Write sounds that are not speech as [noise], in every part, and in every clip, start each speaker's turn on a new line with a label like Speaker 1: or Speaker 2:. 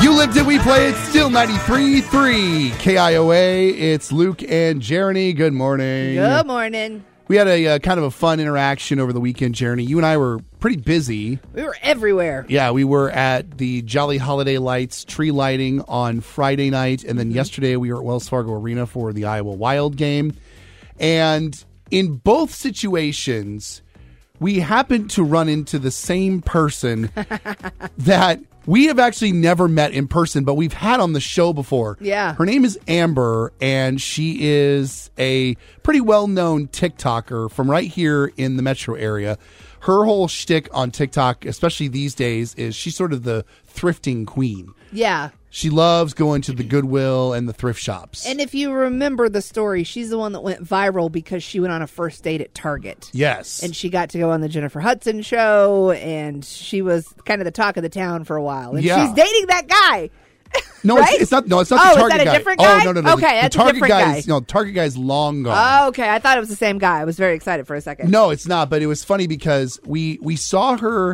Speaker 1: lived it, we play it. Still 93.3 KIOA. It's Luke and Jeremy. Good morning.
Speaker 2: Good morning.
Speaker 1: We had a uh, kind of a fun interaction over the weekend, Jeremy. You and I were pretty busy.
Speaker 2: We were everywhere.
Speaker 1: Yeah, we were at the Jolly Holiday Lights tree lighting on Friday night, and then yesterday we were at Wells Fargo Arena for the Iowa Wild game. And in both situations, we happened to run into the same
Speaker 2: [laughs]
Speaker 1: person that we have actually never met in person, but we've had on the show before.
Speaker 2: Yeah.
Speaker 1: Her name is Amber, and she is a pretty well known TikToker from right here in the metro area. Her whole shtick on TikTok, especially these days, is she's sort of the thrifting queen.
Speaker 2: Yeah.
Speaker 1: She loves going to the Goodwill and the thrift shops.
Speaker 2: And if you remember the story, she's the one that went viral because she went on a first date at Target.
Speaker 1: yes.
Speaker 2: And she got to go on the Jennifer Hudson show, and she was kind of the talk of the town for a while. And
Speaker 1: Yeah.
Speaker 2: she's dating that guy.
Speaker 1: no,
Speaker 2: right?
Speaker 1: it's, it's not. No, it's not
Speaker 2: Oh,
Speaker 1: the
Speaker 2: is
Speaker 1: Target
Speaker 2: that a
Speaker 1: guy.
Speaker 2: different
Speaker 1: Oh
Speaker 2: guy?
Speaker 1: no, no, no.
Speaker 2: Okay,
Speaker 1: the, the
Speaker 2: that's a
Speaker 1: Target
Speaker 2: different guy. Oh.
Speaker 1: Is, no, Target guy's long gone.
Speaker 2: okay. I thought it was the same guy. I was very excited for a second.
Speaker 1: No, it's not. But it was funny because we we saw her,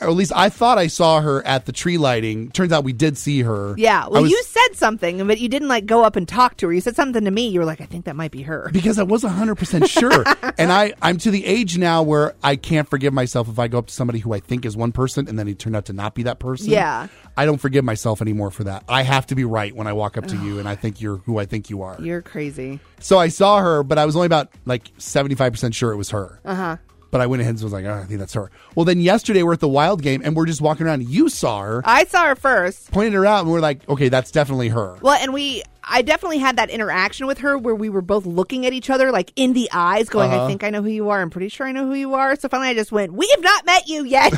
Speaker 1: or at least I thought I saw her at the tree lighting. Turns out we did see her.
Speaker 2: Yeah.
Speaker 1: I
Speaker 2: Well,
Speaker 1: was-
Speaker 2: you said something, but you didn't like go up and talk to her. You said something to me. You were like, I think that might be her.
Speaker 1: because I was hundred percent
Speaker 2: [laughs]
Speaker 1: sure, and I I'm to the age now where I can't forgive myself if I go up to somebody who I think is one person and then he turned out to not be that person.
Speaker 2: Yeah.
Speaker 1: I don't forgive myself anymore for that. I have to be right when I walk up to you and I think you're who I think you are.
Speaker 2: You're crazy.
Speaker 1: So I saw her, but I was only about like 75% sure it was her. Uh
Speaker 2: Uh-huh.
Speaker 1: huh. But I went ahead and was like, oh, I think that's her. Well, then yesterday we're at the wild game and we're just walking around. You saw her,
Speaker 2: I saw her first.
Speaker 1: pointed her out, and we're like, okay, that's definitely her.
Speaker 2: Well, and we, I definitely had that interaction with her where we were both looking at each other, like in the eyes, going,
Speaker 1: Uh-huh.
Speaker 2: I think I know who you are. I'm pretty sure I know who you are. So finally I just went, We have not met
Speaker 1: [laughs]
Speaker 2: you yet.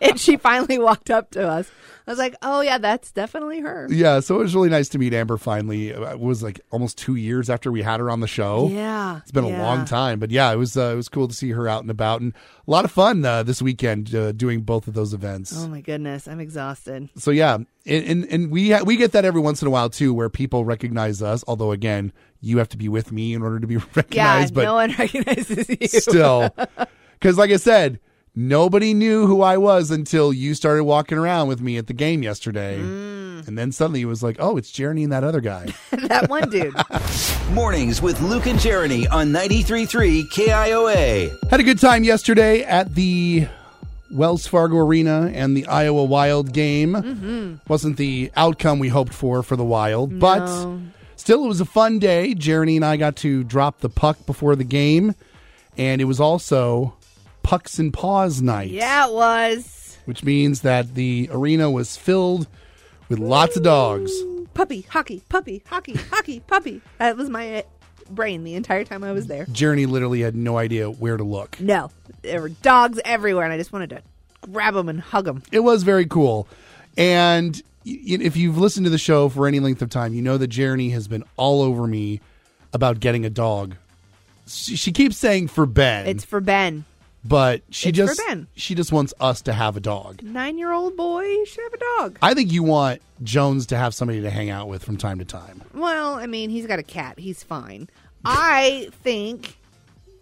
Speaker 2: and she finally walked up to us. I was like, Oh, yeah, that's definitely her.
Speaker 1: Yeah, so it was really nice to meet Amber finally. It was like almost two years after we had her on the show.
Speaker 2: Yeah.
Speaker 1: It's been a
Speaker 2: yeah.
Speaker 1: long time, but yeah, it was uh, it was cool to see her out and about, and a lot of fun uh, this weekend uh, doing both of those events.
Speaker 2: Oh, my goodness. I'm exhausted.
Speaker 1: so yeah, and and, and we ha- we get that every once in a while too, where people recognize us. Although again, you have to be with me in order to be [laughs]
Speaker 2: Yeah.
Speaker 1: recognized. but
Speaker 2: no one [laughs] recognizes you. [laughs]
Speaker 1: still, because like I said, nobody knew who I was until you started walking around with me at the game yesterday,
Speaker 2: Mm.
Speaker 1: and then suddenly it was like, oh, it's Jeremy and that other guy.
Speaker 2: that one dude.
Speaker 3: Mornings with Luke and Jeremy on 93.3 KIOA.
Speaker 1: Had a good time yesterday at the Wells Fargo Arena and the Iowa Wild game. Wasn't the outcome we hoped for for the Wild, but still, it was a fun day. Jeremy and I got to drop the puck before the game, and it was also pucks and paws night,
Speaker 2: Yeah, it was.
Speaker 1: which means that the arena was filled with lots of dogs.
Speaker 2: Puppy, hockey, puppy, hockey, hockey, puppy. That was my uh, brain the entire time I was there.
Speaker 1: Jeremy literally had no idea where to look.
Speaker 2: No, there were dogs everywhere, and I just wanted to grab them and hug them.
Speaker 1: it was very cool. And y- y- if you've listened to the show for any length of time, you know that Jeremy has been all over me about getting a dog. She, she keeps saying for Ben,
Speaker 2: It's for Ben.
Speaker 1: but she
Speaker 2: it's for
Speaker 1: just
Speaker 2: Ben.
Speaker 1: she just wants us to have a dog.
Speaker 2: Nine year old boy should have a dog.
Speaker 1: I think you want Jones to have somebody to hang out with from time to time.
Speaker 2: Well, I mean, he's got a cat. He's fine. I think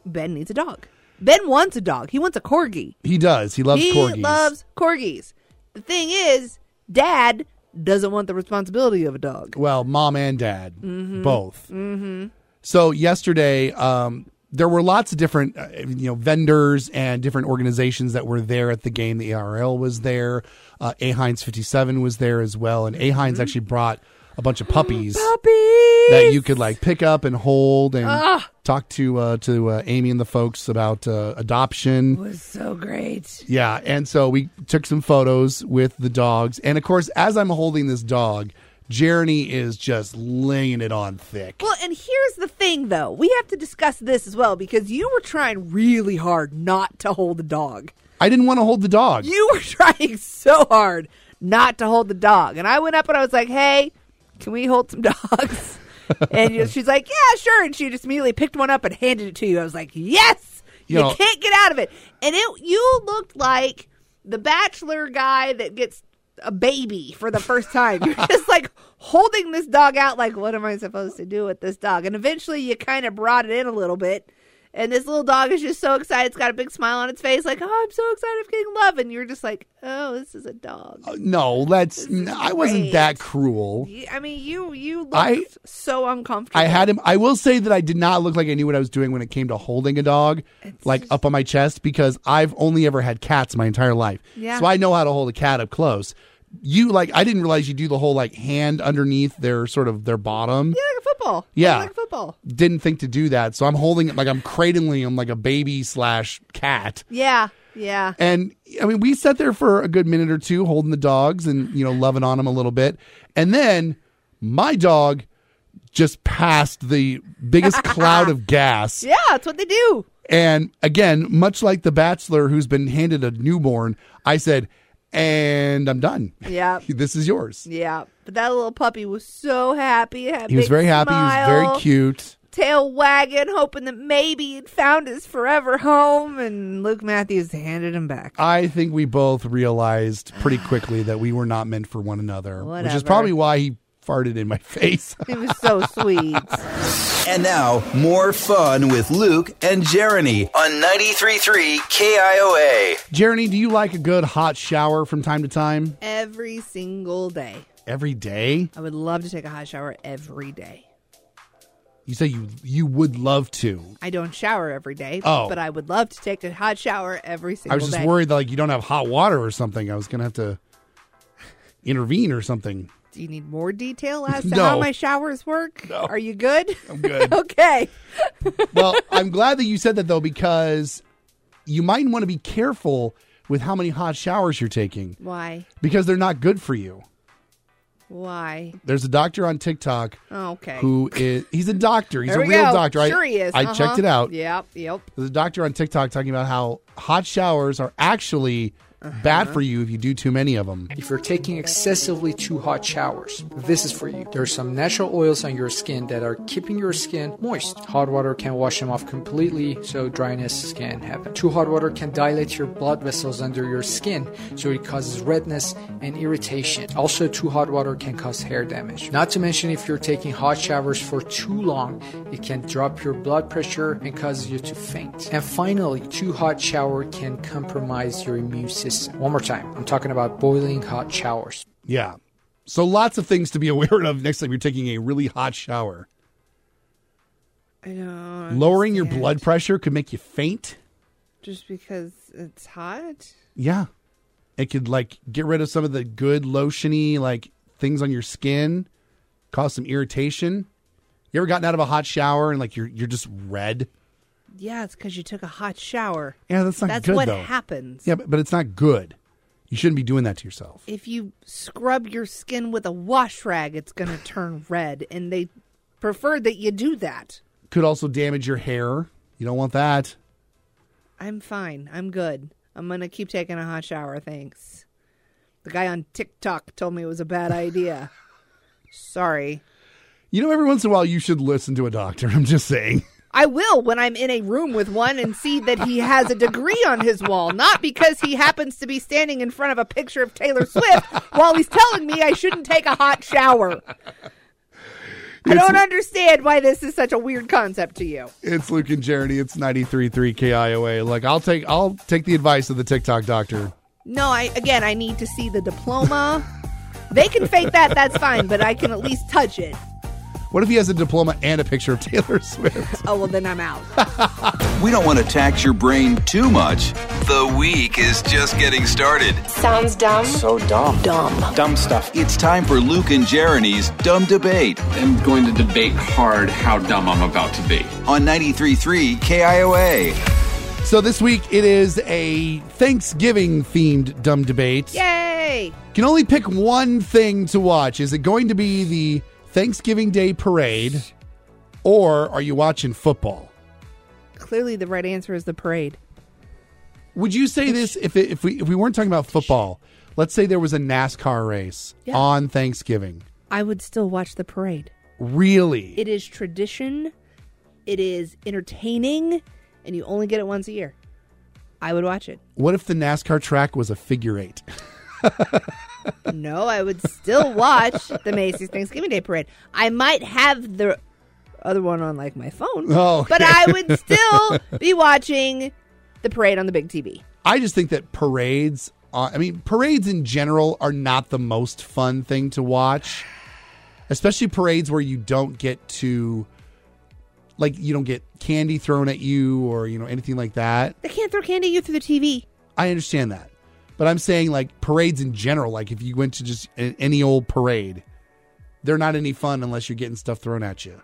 Speaker 2: Ben needs a dog. Ben wants a dog. He wants a corgi.
Speaker 1: He does. He loves
Speaker 2: he
Speaker 1: corgis.
Speaker 2: loves corgis. The thing is, dad doesn't want the responsibility of a dog.
Speaker 1: well, mom and dad, both. Mm-hmm. So yesterday, um, there were lots of different, uh, you know, vendors and different organizations that were there at the game. The ARL was there, uh, A Heinz fifty seven was there as well, and A Heinz actually brought a bunch of Mm-hmm. [gasps] puppies
Speaker 2: Puppy!
Speaker 1: that you could like pick up and hold and talk to uh, to uh, Amy and the folks about uh, adoption.
Speaker 2: was so great.
Speaker 1: Yeah, and so we took some photos with the dogs, and of course, as I'm holding this dog, Jeremy is just laying it on thick.
Speaker 2: Well, and here's the thing, though. We have to discuss this as well because you were trying really hard not to hold the dog.
Speaker 1: I didn't want to hold the dog.
Speaker 2: You were [laughs] trying so hard not to hold the dog. And I went up and I was like, hey, can we hold some [laughs] dogs? and you- she's like, yeah, sure. And she just immediately picked one up and handed it to you. I was like, yes,
Speaker 1: You
Speaker 2: you,
Speaker 1: know-
Speaker 2: can't get out of it. And it, you looked like the bachelor guy that gets a baby for the first time.
Speaker 1: [laughs]
Speaker 2: You're just like holding this dog out, like, what am I supposed to do with this dog? And eventually you kind of brought it in a little bit. And this little dog is just so excited. It's got a big smile on its face, like, oh, I'm so excited I'm getting love. And you're just like, oh, this is a dog.
Speaker 1: No, that's. n- I wasn't
Speaker 2: great.
Speaker 1: that cruel.
Speaker 2: You- I mean, you you looked
Speaker 1: I-
Speaker 2: so uncomfortable.
Speaker 1: I had him. I will say that I did not look like I knew what I was doing when it came to holding a dog, like up on my chest, because I've only ever had cats my entire life.
Speaker 2: Yeah.
Speaker 1: So I know how to hold a cat up close. You like, I didn't realize you do the whole like hand underneath their sort of their bottom.
Speaker 2: Yeah, like a football.
Speaker 1: Yeah.
Speaker 2: like a football.
Speaker 1: Didn't think to do that, so I'm holding it like I'm cradling him like a baby slash cat.
Speaker 2: Yeah, yeah.
Speaker 1: And I mean, we sat there for a good minute or two holding the dogs and, you know, loving on them a little bit. And then my dog just passed the
Speaker 2: [laughs]
Speaker 1: biggest cloud of gas.
Speaker 2: Yeah, that's what they do.
Speaker 1: And again, much like the bachelor who's been handed a newborn, I said, and I'm done.
Speaker 2: Yeah.
Speaker 1: this is yours.
Speaker 2: Yeah. But that little puppy was so happy. It had a
Speaker 1: He was
Speaker 2: big
Speaker 1: very happy. He was
Speaker 2: smile,
Speaker 1: very cute.
Speaker 2: Tail wagging, hoping that maybe he'd found his forever home. And Luke Matthews handed him back.
Speaker 1: I think we both realized pretty quickly that we were not meant for one another, which is
Speaker 2: Whatever.
Speaker 1: probably why he farted in my [laughs] face.
Speaker 2: It
Speaker 1: [laughs]
Speaker 2: was so sweet.
Speaker 3: And now, more fun with Luke and Jeremy on 93.3 KIOA.
Speaker 1: Jeremy, do you like a good hot shower from time to time?
Speaker 2: every single day.
Speaker 1: Every day?
Speaker 2: I would love to take a hot shower every day.
Speaker 1: You say you you would love to.
Speaker 2: I don't shower every day,
Speaker 1: Oh.
Speaker 2: but I would love to take a hot shower every single
Speaker 1: I
Speaker 2: day.
Speaker 1: was just worried that like you don't have hot water or something. I was gonna have to [laughs] intervene or something.
Speaker 2: Do you need more detail as
Speaker 1: [laughs]
Speaker 2: to
Speaker 1: No.
Speaker 2: how my showers work? Are
Speaker 1: [laughs]
Speaker 2: you good? I'm
Speaker 1: good.
Speaker 2: [laughs] okay.
Speaker 1: Well, I'm glad that you said that though, because you might want to be careful with how many hot showers you're taking
Speaker 2: Why?
Speaker 1: because they're not good for you.
Speaker 2: Why?
Speaker 1: There's a doctor on TikTok
Speaker 2: Okay.
Speaker 1: who is he's a doctor. He's
Speaker 2: There
Speaker 1: a
Speaker 2: we
Speaker 1: real
Speaker 2: go.
Speaker 1: doctor. I-
Speaker 2: Sure he is.
Speaker 1: I
Speaker 2: Uh-huh.
Speaker 1: checked it out.
Speaker 2: Yep. Yep.
Speaker 1: There's a doctor on TikTok talking about how hot showers are actually
Speaker 2: Uh-huh.
Speaker 1: bad for you if you do too many of them.
Speaker 4: If you're taking excessively too hot showers, this is for you. There are some natural oils on your skin that are keeping your skin moist. Hot water can wash them off completely, so dryness can happen. Too hot water can dilate your blood vessels under your skin, so it causes redness and irritation. Also, too hot water can cause hair damage. Not to mention, if you're taking hot showers for too long, it can drop your blood pressure and cause you to faint. And finally, too hot shower can compromise your immune system. One more time, I'm talking about boiling hot showers.
Speaker 1: Yeah. So lots of things to be [laughs] aware of next time you're taking a really hot shower.
Speaker 2: I don't.
Speaker 1: Lowering your blood pressure could make you faint.
Speaker 2: Just because it's hot.
Speaker 1: Yeah. It could like get rid of some of the good lotiony like things on your skin, cause some irritation. You ever gotten out of a hot shower and like you're you're just red?
Speaker 2: Yeah, it's because you took a hot shower.
Speaker 1: Yeah, that's not
Speaker 2: That's
Speaker 1: good
Speaker 2: what
Speaker 1: though.
Speaker 2: happens.
Speaker 1: yeah, but, but it's not good. You shouldn't be doing that to yourself.
Speaker 2: If you scrub your skin with a wash rag,
Speaker 1: [sighs]
Speaker 2: it's going to turn red, and they prefer that you do that.
Speaker 1: Could also damage your hair. You don't want that.
Speaker 2: I'm fine. I'm good. I'm going to keep taking a hot shower. Thanks. The guy on TikTok told me it was a
Speaker 1: [laughs]
Speaker 2: bad idea. Sorry.
Speaker 1: You know, every once in a while, you should listen to a doctor. [laughs] I'm just saying.
Speaker 2: I will when I'm in a room with one and see that he has a degree on his wall, not because he happens to be standing in front of a picture of Taylor Swift while he's telling me I shouldn't take a hot shower. I don't understand why this is such a weird concept to you.
Speaker 1: It's Luke and Jeremy. It's 93.3 KIOA. Look, I'll take I'll take the advice of the TikTok doctor.
Speaker 2: No, I again, I need to see the diploma. They can fake that, that's fine, but I can at least touch it.
Speaker 1: What if he has a diploma and a picture of Taylor [laughs] Swift?
Speaker 2: Oh, well, then I'm out.
Speaker 3: We don't want to tax your brain too much. The week is just getting started.
Speaker 5: Sounds dumb.
Speaker 6: So dumb. Dumb. Dumb stuff.
Speaker 3: It's time for Luke and Jeremy's Dumb Debate
Speaker 7: I'm going to debate hard how dumb I'm about to be.
Speaker 3: on 93.3 KIOA.
Speaker 1: so this week it is a Thanksgiving themed dumb debate.
Speaker 2: Yay!
Speaker 1: Can only pick one thing to watch. Is it going to be the Thanksgiving Day parade, or are you watching football?
Speaker 2: Clearly, the right answer is the parade.
Speaker 1: Would you say this if it, if we if we weren't talking about football? Let's say there was a NASCAR race
Speaker 2: Yeah.
Speaker 1: on Thanksgiving.
Speaker 2: I would still watch the parade.
Speaker 1: Really?
Speaker 2: It is tradition. It is entertaining, and you only get it once a year. I would
Speaker 1: [laughs]
Speaker 2: watch it.
Speaker 1: What if the NASCAR track was a figure eight?
Speaker 2: No, I would still watch the Macy's Thanksgiving Day Parade. I might have the other one on like my phone.
Speaker 1: Oh,
Speaker 2: But I would still be watching the parade on the big TV.
Speaker 1: I just think that parades, are, I mean, parades in general are not the most fun thing to watch, especially parades where you don't get to, like, you don't get candy thrown at you or, you know, anything like that.
Speaker 2: They can't throw candy at you through the TV.
Speaker 1: I understand that. But I'm saying, like, parades in general, like, if you went to just a- any old parade, they're not any fun unless you're getting stuff thrown at you.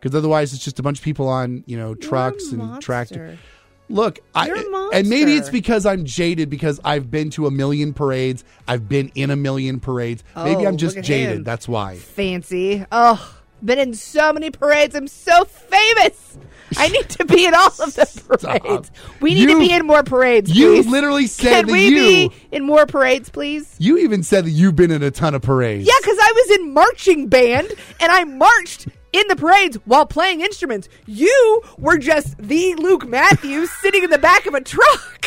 Speaker 1: Because otherwise, it's just a bunch of people on, you know, trucks
Speaker 2: You're a
Speaker 1: and tractors.
Speaker 2: monster.
Speaker 1: Look,
Speaker 2: You're a
Speaker 1: I and maybe it's
Speaker 2: monster.
Speaker 1: because I'm jaded because I've been to a million parades. I've been in a million parades. maybe
Speaker 2: Oh,
Speaker 1: I'm just
Speaker 2: look at
Speaker 1: jaded.
Speaker 2: him.
Speaker 1: That's why.
Speaker 2: Fancy. Oh, been in so many parades. I'm so famous. I need to be in all of the
Speaker 1: [laughs] Stop.
Speaker 2: parades. We need
Speaker 1: You-
Speaker 2: to be in more parades.
Speaker 1: You
Speaker 2: please.
Speaker 1: literally said
Speaker 2: Can
Speaker 1: that
Speaker 2: we
Speaker 1: you
Speaker 2: be in more parades, please?
Speaker 1: you even said that you've been in a ton of parades.
Speaker 2: Yeah, because I was in marching band and I marched in the parades while playing instruments. You were just the Luke Matthews sitting in the back of
Speaker 1: [laughs]
Speaker 2: a truck.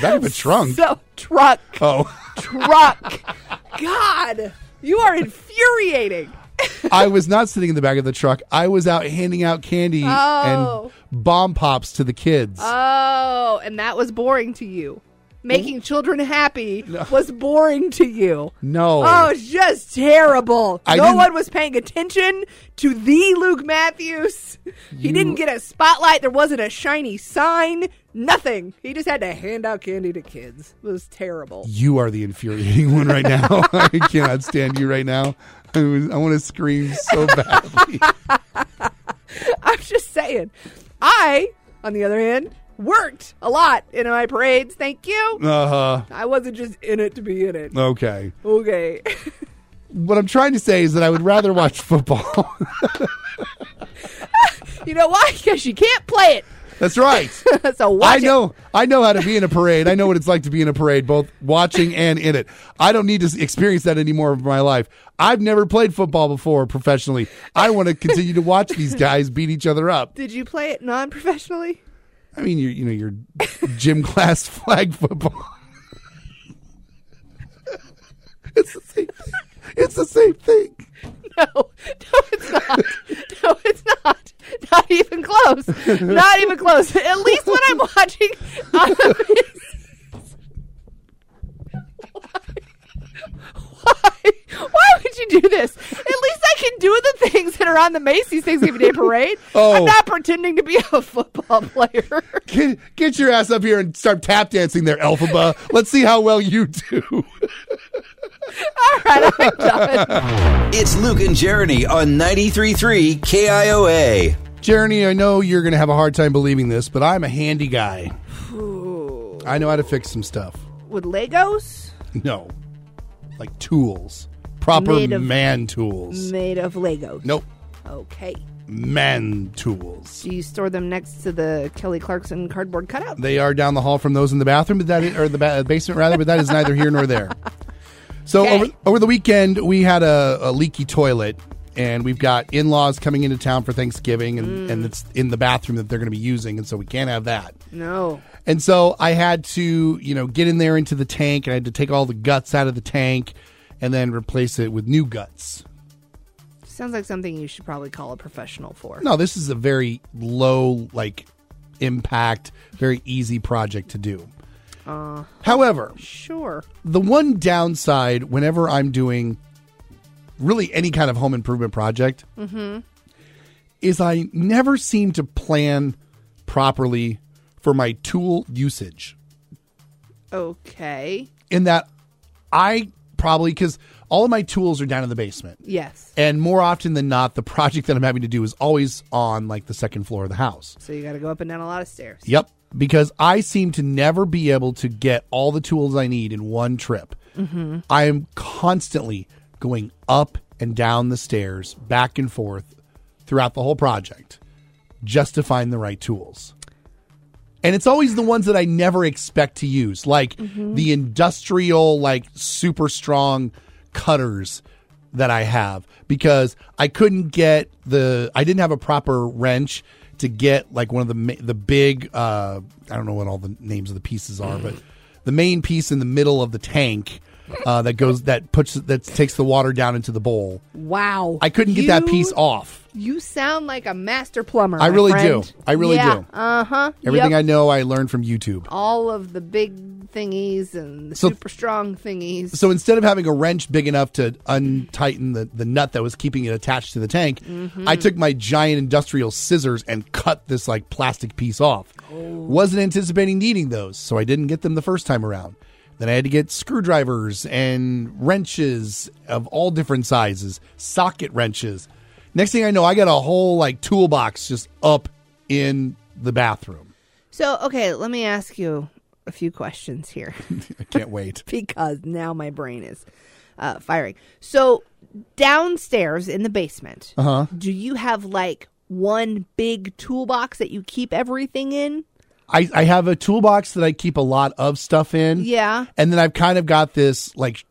Speaker 1: that of a trunk.
Speaker 2: [laughs] So truck,
Speaker 1: oh,
Speaker 2: truck. God, you are infuriating.
Speaker 1: I was not sitting in the back of the truck. I was out handing out candy and
Speaker 2: Oh.
Speaker 1: bomb pops to the kids.
Speaker 2: Oh, and that was boring to you. Making children happy [laughs] was boring to you.
Speaker 1: no,
Speaker 2: Oh, it's just terrible.
Speaker 1: I
Speaker 2: no
Speaker 1: didn't-
Speaker 2: one was paying attention to the Luke Matthews. He didn't get a spotlight. There wasn't a shiny sign. Nothing. He just had to hand out candy to kids. It was terrible.
Speaker 1: you are the infuriating one right now. [laughs] I cannot stand you right now. I, was- I want to scream so badly.
Speaker 2: I'm just saying. I, on the other hand, worked a lot in my parades. Thank you.
Speaker 1: Uh huh.
Speaker 2: I wasn't just in it to be in it.
Speaker 1: Okay.
Speaker 2: Okay. [laughs]
Speaker 1: What I'm trying to say is that I would rather watch football. [laughs]
Speaker 2: you know why? Because you can't play it.
Speaker 1: That's right.
Speaker 2: [laughs] so
Speaker 1: I
Speaker 2: watch
Speaker 1: know I know how to be in a parade. I know what it's like to be in a parade, both watching and in it. I don't need to s- experience that anymore of my life. I've never played football before professionally. I want to continue to watch these guys beat each other up.
Speaker 2: It. Did you play it non-professionally? [laughs]
Speaker 1: I mean, you you know, your gym class [laughs] flag football. it's the same thing. It's the same thing.
Speaker 2: No, [laughs] no, it's not. [laughs] No, it's not. Not even close. Not even close. At least when I'm watching. on the business- [laughs] Why? Why would you do this? At least I can do the things that are on the Macy's Thanksgiving Day Parade.
Speaker 1: Oh.
Speaker 2: I'm not pretending to be a football [laughs] player.
Speaker 1: Get, get your ass up here and start tap dancing there, Elphaba. Let's see how well you do.
Speaker 2: All right, I'm done.
Speaker 3: It's Luke and Jeremy on 93.3 KIOA.
Speaker 1: Jeremy, I know you're going to have a hard time believing this, but I'm a handy guy. I know how to fix some stuff.
Speaker 2: With Legos.
Speaker 1: No. Like tools. Proper
Speaker 2: Made of-
Speaker 1: man tools.
Speaker 2: Made of Legos.
Speaker 1: nope.
Speaker 2: Okay.
Speaker 1: Man tools.
Speaker 2: Do you store them next to the Kelly Clarkson cardboard cutout?
Speaker 1: They are down the hall from those in the bathroom, but that is, or the ba- basement rather, but that is neither here nor there. So
Speaker 2: Okay.
Speaker 1: over, over the weekend, we had a, a leaky toilet, and we've got in laws coming into town for Thanksgiving, and,
Speaker 2: Mm.
Speaker 1: and it's in the bathroom that they're going to be using, and so we can't have that.
Speaker 2: No.
Speaker 1: And so I had to, you know, get in there into the tank and I had to take all the guts out of the tank and then replace it with new guts.
Speaker 2: Sounds like something you should probably call a professional for.
Speaker 1: No, this is a very low, like, impact, very easy project to do. However,
Speaker 2: Sure.
Speaker 1: the one downside whenever I'm doing really any kind of home improvement project is I never seem to plan properly for my tool usage.
Speaker 2: Okay.
Speaker 1: in that I probably because all of my tools are down in the basement,
Speaker 2: Yes.
Speaker 1: and more often than not, the [laughs] project that I'm having to do is always on like the second floor of the house.
Speaker 2: So you got to go up and down a lot of stairs.
Speaker 1: Yep, because I seem to never be able to get all the tools I need in one trip. I am constantly going up and down the stairs, back and forth throughout the whole project, just to find the right tools. And it's always the ones that I never expect to use, like the industrial, like super strong cutters that I have, because I couldn't get the, I didn't have a proper wrench to get like one of the ma- the big, uh, I don't know what all the names of the pieces are, but the main piece in the middle of the tank uh, that goes that puts that takes the water down into the bowl.
Speaker 2: Wow.
Speaker 1: I couldn't get that piece off.
Speaker 2: You sound like a master plumber.
Speaker 1: I really do. I really do.
Speaker 2: Uh huh.
Speaker 1: Everything I know, I learned from YouTube.
Speaker 2: all of the big thingies and the
Speaker 1: So-
Speaker 2: super strong thingies.
Speaker 1: So instead of having a wrench big enough to untighten the, the nut that was keeping it attached to the tank, I took my giant industrial scissors and cut this like plastic piece off. Wasn't anticipating needing those, so I didn't get them the first time around. Then I had to get screwdrivers and wrenches of all different sizes, socket wrenches. Next thing I know, I got a whole like toolbox just up in the bathroom. [laughs]
Speaker 2: So, okay, let me ask you a few questions here
Speaker 1: I can't wait.
Speaker 2: [laughs] because now my brain is uh, firing. So, downstairs in the basement, uh-huh. do you have like one big toolbox that you keep everything in?
Speaker 1: I, I have a toolbox that I keep a lot of stuff in.
Speaker 2: Yeah.
Speaker 1: And then I've kind of got this like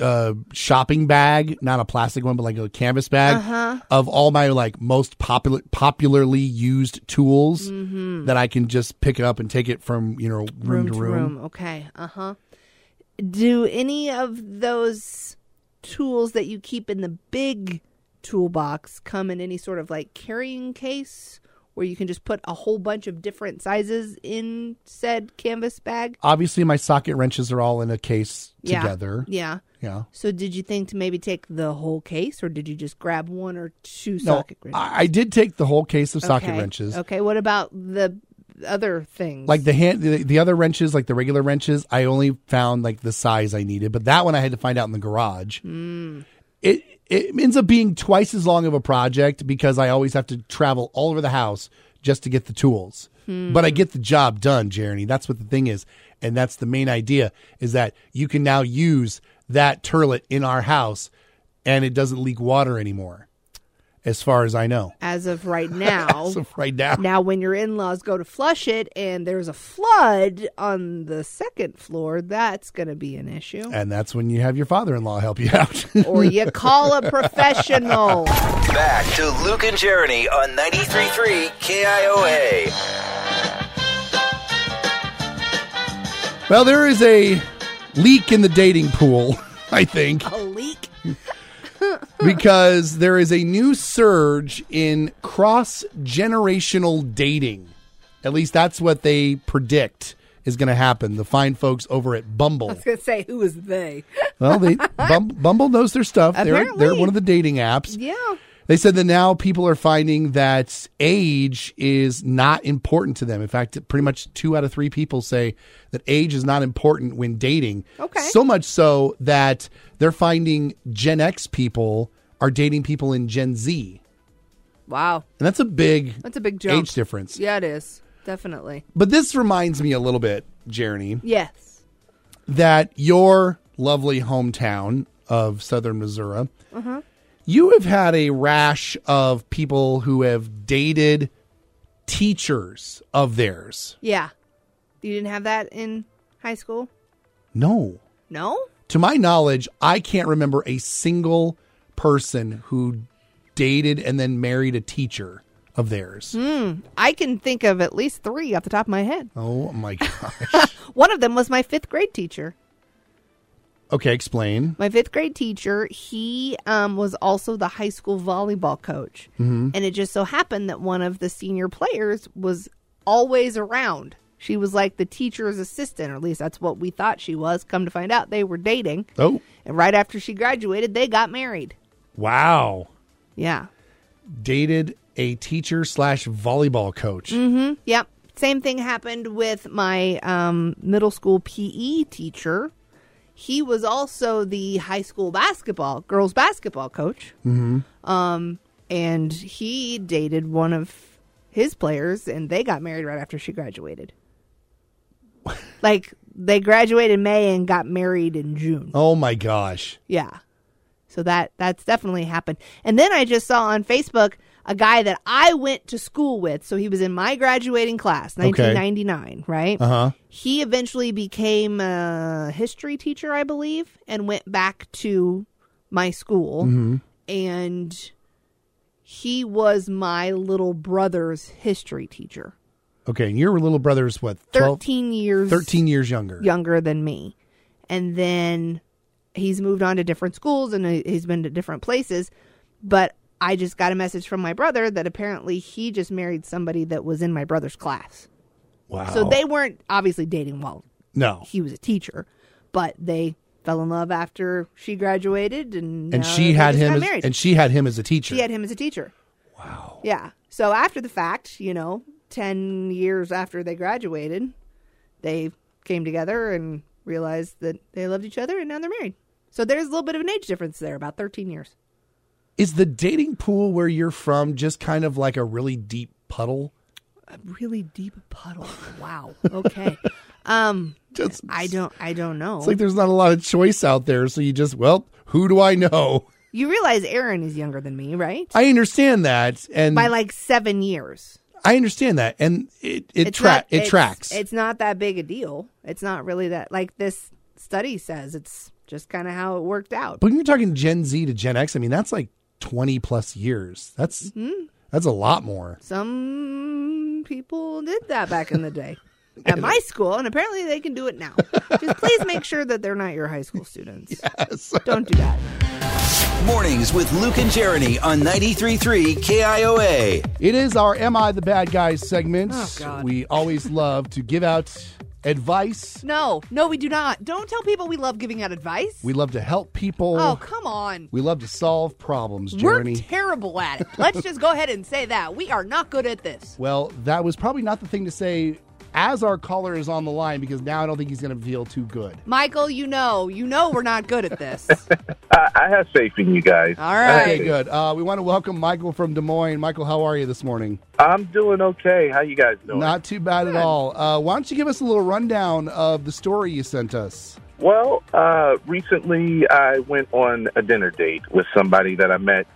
Speaker 1: uh shopping bag, not a plastic one, but like a canvas bag
Speaker 2: Uh-huh.
Speaker 1: of all my like most popular popularly used tools
Speaker 2: Mm-hmm.
Speaker 1: that I can just pick up and take it from, you know, room, to room.
Speaker 2: Okay. Uh huh. Do any of those tools that you keep in the big toolbox come in any sort of like carrying case where you can just put a whole bunch of different sizes in said canvas bag?
Speaker 1: Obviously my socket wrenches are all in a case
Speaker 2: Yeah.
Speaker 1: together.
Speaker 2: Yeah.
Speaker 1: Yeah.
Speaker 2: So did you think to maybe take the whole case or did you just grab one or two
Speaker 1: No,
Speaker 2: socket wrenches?
Speaker 1: I, I did take the whole case of socket
Speaker 2: Okay.
Speaker 1: wrenches.
Speaker 2: Okay. What about the other things?
Speaker 1: Like the hand, the, the other wrenches, like the regular wrenches, I only found like the size I needed, but that one I had to find out in the garage. It it ends up being twice as long of a project because I always have to travel all over the house just to get the tools. But I get the job done, Jeremy. That's what the thing is, and that's the main idea: is that you can now use that turlet in our house, and it doesn't leak water anymore, as far as I know. [laughs]
Speaker 2: as of right now.
Speaker 1: So right now,
Speaker 2: Now, when your in laws go to flush it and there's a flood on the second floor, that's going to be an
Speaker 1: [laughs]
Speaker 2: issue.
Speaker 1: and that's when you have your father-in-law help you out. [laughs]
Speaker 2: Or you call a professional.
Speaker 3: Back to Luke and Jeremy on 93.3 KIOA.
Speaker 1: Well, there is a leak in the dating pool, [laughs] I think,
Speaker 2: A leak? [laughs]
Speaker 1: because there is a new surge in cross generational dating. At least that's what they predict is going to happen. The fine folks over at Bumble.
Speaker 2: I was going to say, who is they?
Speaker 1: Well, they Bum, Bumble knows their stuff. They're, they're
Speaker 2: Apparently.
Speaker 1: one of the dating apps.
Speaker 2: Yeah.
Speaker 1: They said that now people are finding that age is not important to them. In fact, pretty much two out of three people say that age is not important when dating.
Speaker 2: Okay.
Speaker 1: So much so that they're finding Gen X people are dating people in Gen Z.
Speaker 2: Wow.
Speaker 1: And that's a big
Speaker 2: That's a big jump.
Speaker 1: age difference.
Speaker 2: Yeah, it is. Definitely.
Speaker 1: But this reminds me a little bit, Jeremy,
Speaker 2: Yes.
Speaker 1: that your lovely hometown of southern Missouri, you have had a rash of people who have dated teachers of theirs.
Speaker 2: Yeah. You didn't have that in high school?
Speaker 1: No.
Speaker 2: No?
Speaker 1: To my knowledge, I can't remember a single person who dated and then married a teacher of theirs.
Speaker 2: I can think of at least three off the top of my head.
Speaker 1: Oh my gosh.
Speaker 2: One of them was my fifth grade teacher.
Speaker 1: [laughs] okay, explain.
Speaker 2: my fifth grade teacher he um, was also the high school volleyball coach and it just so happened that one of the senior players was always around she was like the teacher's assistant or at least that's what we thought she was come to find out they were dating
Speaker 1: Oh,
Speaker 2: and right after she graduated they got married
Speaker 1: wow.
Speaker 2: yeah
Speaker 1: Dated a teacher slash volleyball coach.
Speaker 2: Yep. Same thing happened with my um, middle school PE teacher. He was also the high school basketball, girls basketball coach. Mm-hmm. Um, and he dated one of his players, and they got married right after she graduated. like they graduated in May and got married in June.
Speaker 1: Oh my gosh.
Speaker 2: Yeah. So that that's definitely happened. And then I just saw on Facebook a guy that I went to school with. So he was in my graduating class, 1999, right? Uh-huh. He eventually became a history teacher, I believe, and went back to my school and he was my little brother's history teacher.
Speaker 1: Okay, and your little brother's what? 12,
Speaker 2: 13 years
Speaker 1: 13 years younger.
Speaker 2: younger than me. And then he's moved on to different schools and he- he's been to different places. But I just got a message from my brother that apparently he just married somebody that was in my brother's class.
Speaker 1: Wow.
Speaker 2: So they weren't obviously dating while
Speaker 1: no.
Speaker 2: he was a teacher, but they fell in love after she graduated and
Speaker 1: And
Speaker 2: now
Speaker 1: she
Speaker 2: they
Speaker 1: had
Speaker 2: just
Speaker 1: him
Speaker 2: got
Speaker 1: as,
Speaker 2: married.
Speaker 1: and she had him as a teacher.
Speaker 2: She had him as a teacher. Wow. Yeah. So after the fact, you know, 10 years after they graduated, they came together and realized that they loved each other and now they're married. So there's a little bit of an age difference there, about 13 years.
Speaker 1: Is the dating pool where you're from just kind of like a really deep puddle?
Speaker 2: A really deep puddle. Wow. Okay. [laughs] um
Speaker 1: Just
Speaker 2: I don't I don't know.
Speaker 1: It's like there's not a lot of choice out there, so you just well, who do I know?
Speaker 2: you realize Aaron is younger than me, right?
Speaker 1: I understand that, and
Speaker 2: By like 7 years.
Speaker 1: I understand that, and it it
Speaker 2: It's
Speaker 1: tra-
Speaker 2: not-
Speaker 1: it
Speaker 2: it's-
Speaker 1: tracks.
Speaker 2: It's not that big a deal. It's not really that like this study says it's just kind of how it worked out.
Speaker 1: but when you're talking Gen Z to Gen X, I mean that's like 20 plus years. That's
Speaker 2: Mm-hmm.
Speaker 1: that's a lot more.
Speaker 2: Some people did that back in the day
Speaker 1: [laughs]
Speaker 2: at my school, and apparently they can do it now. Just please make sure that they're not your high school students. [laughs] Don't do that.
Speaker 3: Mornings with Luke and Jeremy on 93.3 KIOA.
Speaker 1: It is our "Am I the Bad Guy?" segment.
Speaker 2: Oh,
Speaker 1: we always love to give out advice.
Speaker 2: No, no, we do not. Don't tell people we love giving out advice.
Speaker 1: We love to help people.
Speaker 2: oh, come on.
Speaker 1: we love to solve problems,
Speaker 2: We're
Speaker 1: Jeremy.
Speaker 2: terrible at it. Let's just go ahead and say that. We are not good at this.
Speaker 1: Well, that was probably not the thing to say as our caller is on the line because now I don't think he's going to feel too good.
Speaker 2: Michael, you know, you know we're not good at this.
Speaker 5: I, I have faith in you guys.
Speaker 2: All right.
Speaker 1: Okay, good. Uh, we want to welcome Michael from Des Moines. Michael, how are you this morning?
Speaker 5: I'm doing okay. How you guys doing?
Speaker 1: Not too bad at all. Uh, why don't you give us a little rundown of the story you sent us?
Speaker 5: well, uh, recently I went on a dinner date with somebody that I met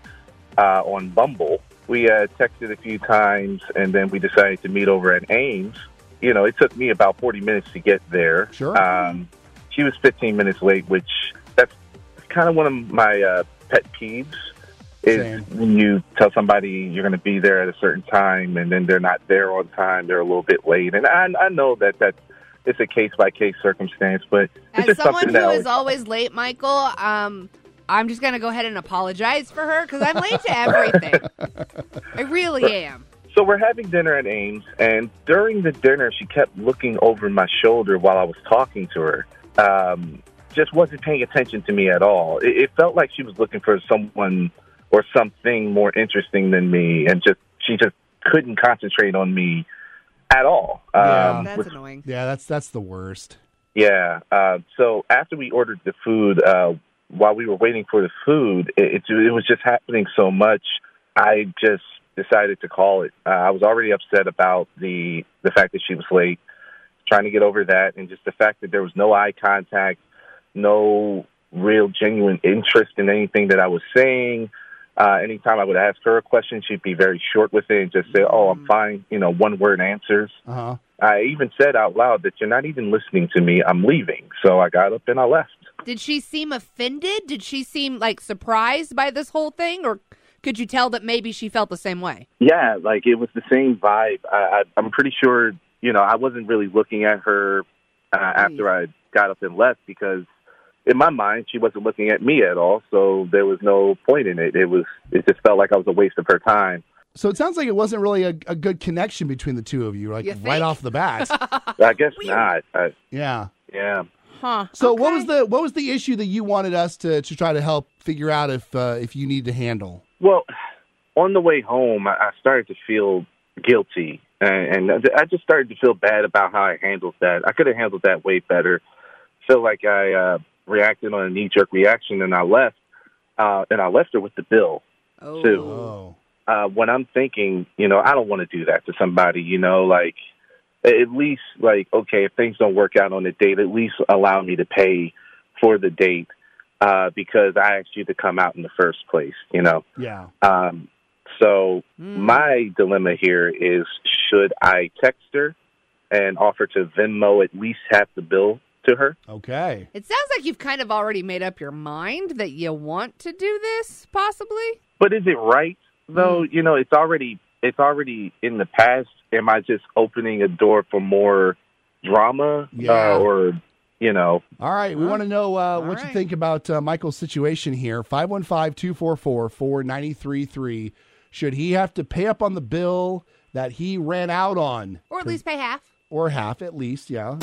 Speaker 5: uh, on Bumble. We uh, texted a few times, and then we decided to meet over at Ames. You know, it took me about 40 minutes to get there.
Speaker 1: Sure.
Speaker 5: Um, she was 15 minutes late, which that's kind of one of my uh, pet peeves. Is
Speaker 1: Same.
Speaker 5: when you tell somebody you're going to be there at a certain time, and then they're not there on time. They're a little bit late, and I, I know that that's it's a case by case circumstance, but it's
Speaker 2: As
Speaker 5: just
Speaker 2: someone
Speaker 5: something
Speaker 2: who
Speaker 5: that
Speaker 2: is always late, Michael, um, I'm just going to go ahead and apologize for her because I'm late to
Speaker 1: [laughs]
Speaker 2: everything. I really am.
Speaker 5: So we're having dinner at Ames, and during the dinner, she kept looking over my shoulder while I was talking to her. Um, just wasn't paying attention to me at all. It, it felt like she was looking for someone or something more interesting than me, and just she just couldn't concentrate on me at all.
Speaker 1: Yeah.
Speaker 5: Um,
Speaker 2: That's
Speaker 5: which-
Speaker 2: annoying.
Speaker 1: Yeah, that's that's the worst.
Speaker 5: yeah. Uh, so after we ordered the food, uh, while we were waiting for the food, it, it, it was just happening so much. I just decided to call it. Uh, I was already upset about the the fact that she was late, trying to get over that, and just the fact that there was no eye contact, no real genuine interest in anything that I was saying. Uh, anytime I would ask her a question, she'd be very short with it and just say, "Oh, I'm fine," you know, one word answers.
Speaker 1: Uh huh.
Speaker 5: I even said out loud that you're not even listening to me. I'm leaving. So I got up and I left.
Speaker 2: Did she seem offended? Did she seem like surprised by this whole thing? Or could you tell that maybe she felt the same way?
Speaker 5: Yeah, like it was the same vibe. I, I, I'm pretty sure, you know, I wasn't really looking at her uh, after I got up and left because in my mind she wasn't looking at me at all. So there was no point in it. It was it just felt like I was a waste of her time.
Speaker 1: So it sounds like it wasn't really a, a good connection between the two of you, like
Speaker 2: You
Speaker 1: right
Speaker 2: think?
Speaker 1: off the
Speaker 2: [laughs]
Speaker 1: bat.
Speaker 5: I guess not. I,
Speaker 1: yeah.
Speaker 5: yeah.
Speaker 2: Huh.
Speaker 1: So what
Speaker 2: Okay.
Speaker 1: was the what was the issue that you wanted us to, to try to help figure out if uh, if you need to handle?
Speaker 5: Well, on the way home, I I started to feel guilty, and and I just started to feel bad about how I handled that. I could have handled that way better. Feel like I uh, reacted on a knee jerk reaction, and I left. Uh, and I left her with the bill
Speaker 2: Oh.
Speaker 5: too
Speaker 1: Oh.
Speaker 5: uh, when I'm thinking, you know, I don't want to do that to somebody, you know, like at least like, okay, if things don't work out on the date, at least allow me to pay for the date, uh, because I asked you to come out in the first place, you know?
Speaker 1: Yeah.
Speaker 5: Um, so my dilemma here is should I text her and offer to Venmo at least half the bill to her?
Speaker 1: Okay.
Speaker 2: It sounds like you've kind of already made up your mind that you want to do this, possibly.
Speaker 5: But is it right though? You know, it's already it's already in the past. Am I just opening a door for more drama
Speaker 1: Yeah.
Speaker 5: uh, or you know,
Speaker 1: All right. We want to know uh, what you
Speaker 2: right.
Speaker 1: think about uh, Michael's situation here. 515 244 4933. Should he have to pay up on the bill that he ran out on?
Speaker 2: Or at least pay half.
Speaker 1: Or half at least, yeah.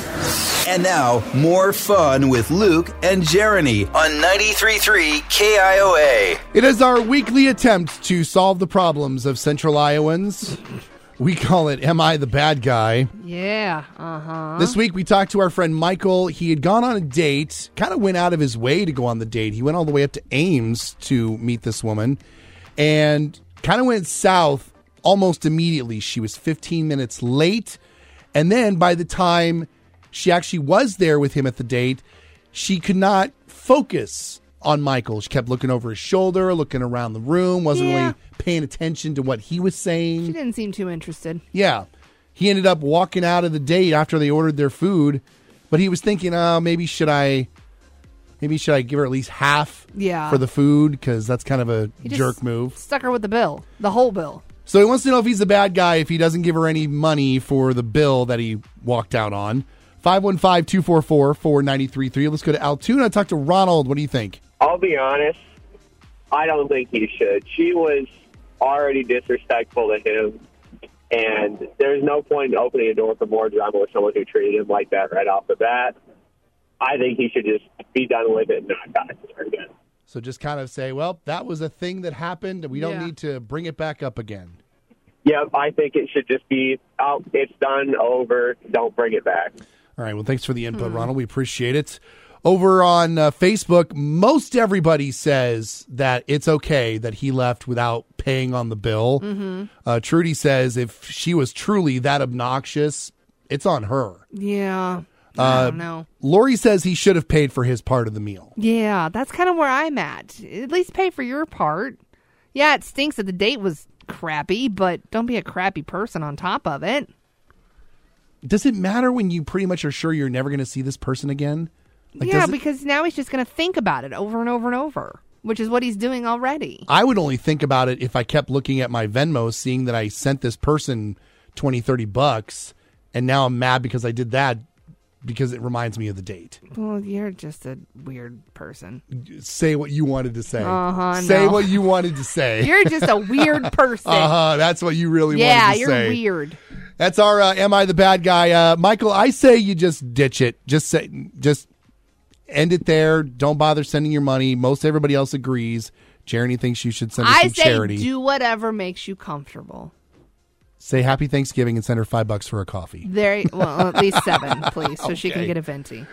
Speaker 3: And now, more fun with Luke and Jeremy on 93.3 KIOA.
Speaker 1: It is our weekly attempt to solve the problems of Central Iowans. We call it Am I the Bad Guy?
Speaker 2: Yeah. Uh huh.
Speaker 1: This week we talked to our friend Michael. He had gone on a date, kind of went out of his way to go on the date. He went all the way up to Ames to meet this woman and kind of went south almost immediately. She was 15 minutes late. And then by the time she actually was there with him at the date, she could not focus on Michael. She kept looking over his shoulder, looking around the room, wasn't
Speaker 2: Yeah.
Speaker 1: really paying attention to what he was saying.
Speaker 2: She didn't seem too interested.
Speaker 1: Yeah. He ended up walking out of the date after they ordered their food, but he was thinking, "Oh, maybe should I maybe should I give her at least half
Speaker 2: Yeah.
Speaker 1: for the food cuz that's kind of a
Speaker 2: just-
Speaker 1: jerk move."
Speaker 2: Stuck her with the bill, the whole bill.
Speaker 1: So he wants to know if he's the bad guy if he doesn't give her any money for the bill that he walked out on. 515-244-4933. Let's go to Altoona talk to Ronald. What do you think?
Speaker 8: I'll be honest. I don't think he should. She was already disrespectful to him, and there's no point in opening a door for more drama with someone who treated him like that right off the bat. I think he should just be done with it and not talk to her again.
Speaker 1: So just kind of say, "Well, that was a thing that happened. We don't
Speaker 2: Yeah.
Speaker 1: need to bring it back up again."
Speaker 8: Yeah, I think it should just be, oh, it's done, over, don't bring it back.
Speaker 1: All right. Well, thanks for the input, Ronald. We appreciate it. Over on uh, Facebook, most everybody says that it's okay that he left without paying on the bill. Uh, Trudy says if she was truly that obnoxious, it's on her.
Speaker 2: Yeah.
Speaker 1: Uh,
Speaker 2: I don't know.
Speaker 1: Lori says he should have paid for his part of the meal.
Speaker 2: Yeah, that's kind of where I'm at. At least pay for your part. Yeah, it stinks that the date was crappy, but don't be a crappy person on top of it.
Speaker 1: Does it matter when you pretty much are sure you're never going to see this person again? Like,
Speaker 2: yeah,
Speaker 1: does it-
Speaker 2: because now he's just going to think about it over and over and over, which is what he's doing already.
Speaker 1: I would only think about it if I kept looking at my Venmo, seeing that I sent this person 20, 30 bucks, and now I'm mad because I did that because it reminds me of the date.
Speaker 2: Well, you're just a weird person.
Speaker 1: Say what you wanted to say.
Speaker 2: Uh-huh,
Speaker 1: say
Speaker 2: no.
Speaker 1: what you wanted to [laughs] say.
Speaker 2: [laughs] [laughs] You're just a weird person.
Speaker 1: Uh huh. That's what you really
Speaker 2: Yeah,
Speaker 1: wanted to
Speaker 2: you're
Speaker 1: say.
Speaker 2: weird.
Speaker 1: That's our uh, "Am I the Bad Guy?" Uh, Michael, I say you just ditch it. Just say, just end it there. Don't bother sending your money. Most everybody else agrees. Jeremy thinks you should send her
Speaker 2: I
Speaker 1: some
Speaker 2: say
Speaker 1: charity.
Speaker 2: do whatever makes you comfortable.
Speaker 1: say Happy Thanksgiving and send her five bucks for a coffee. [laughs]
Speaker 2: There, well, at least seven, please, so she can get a venti.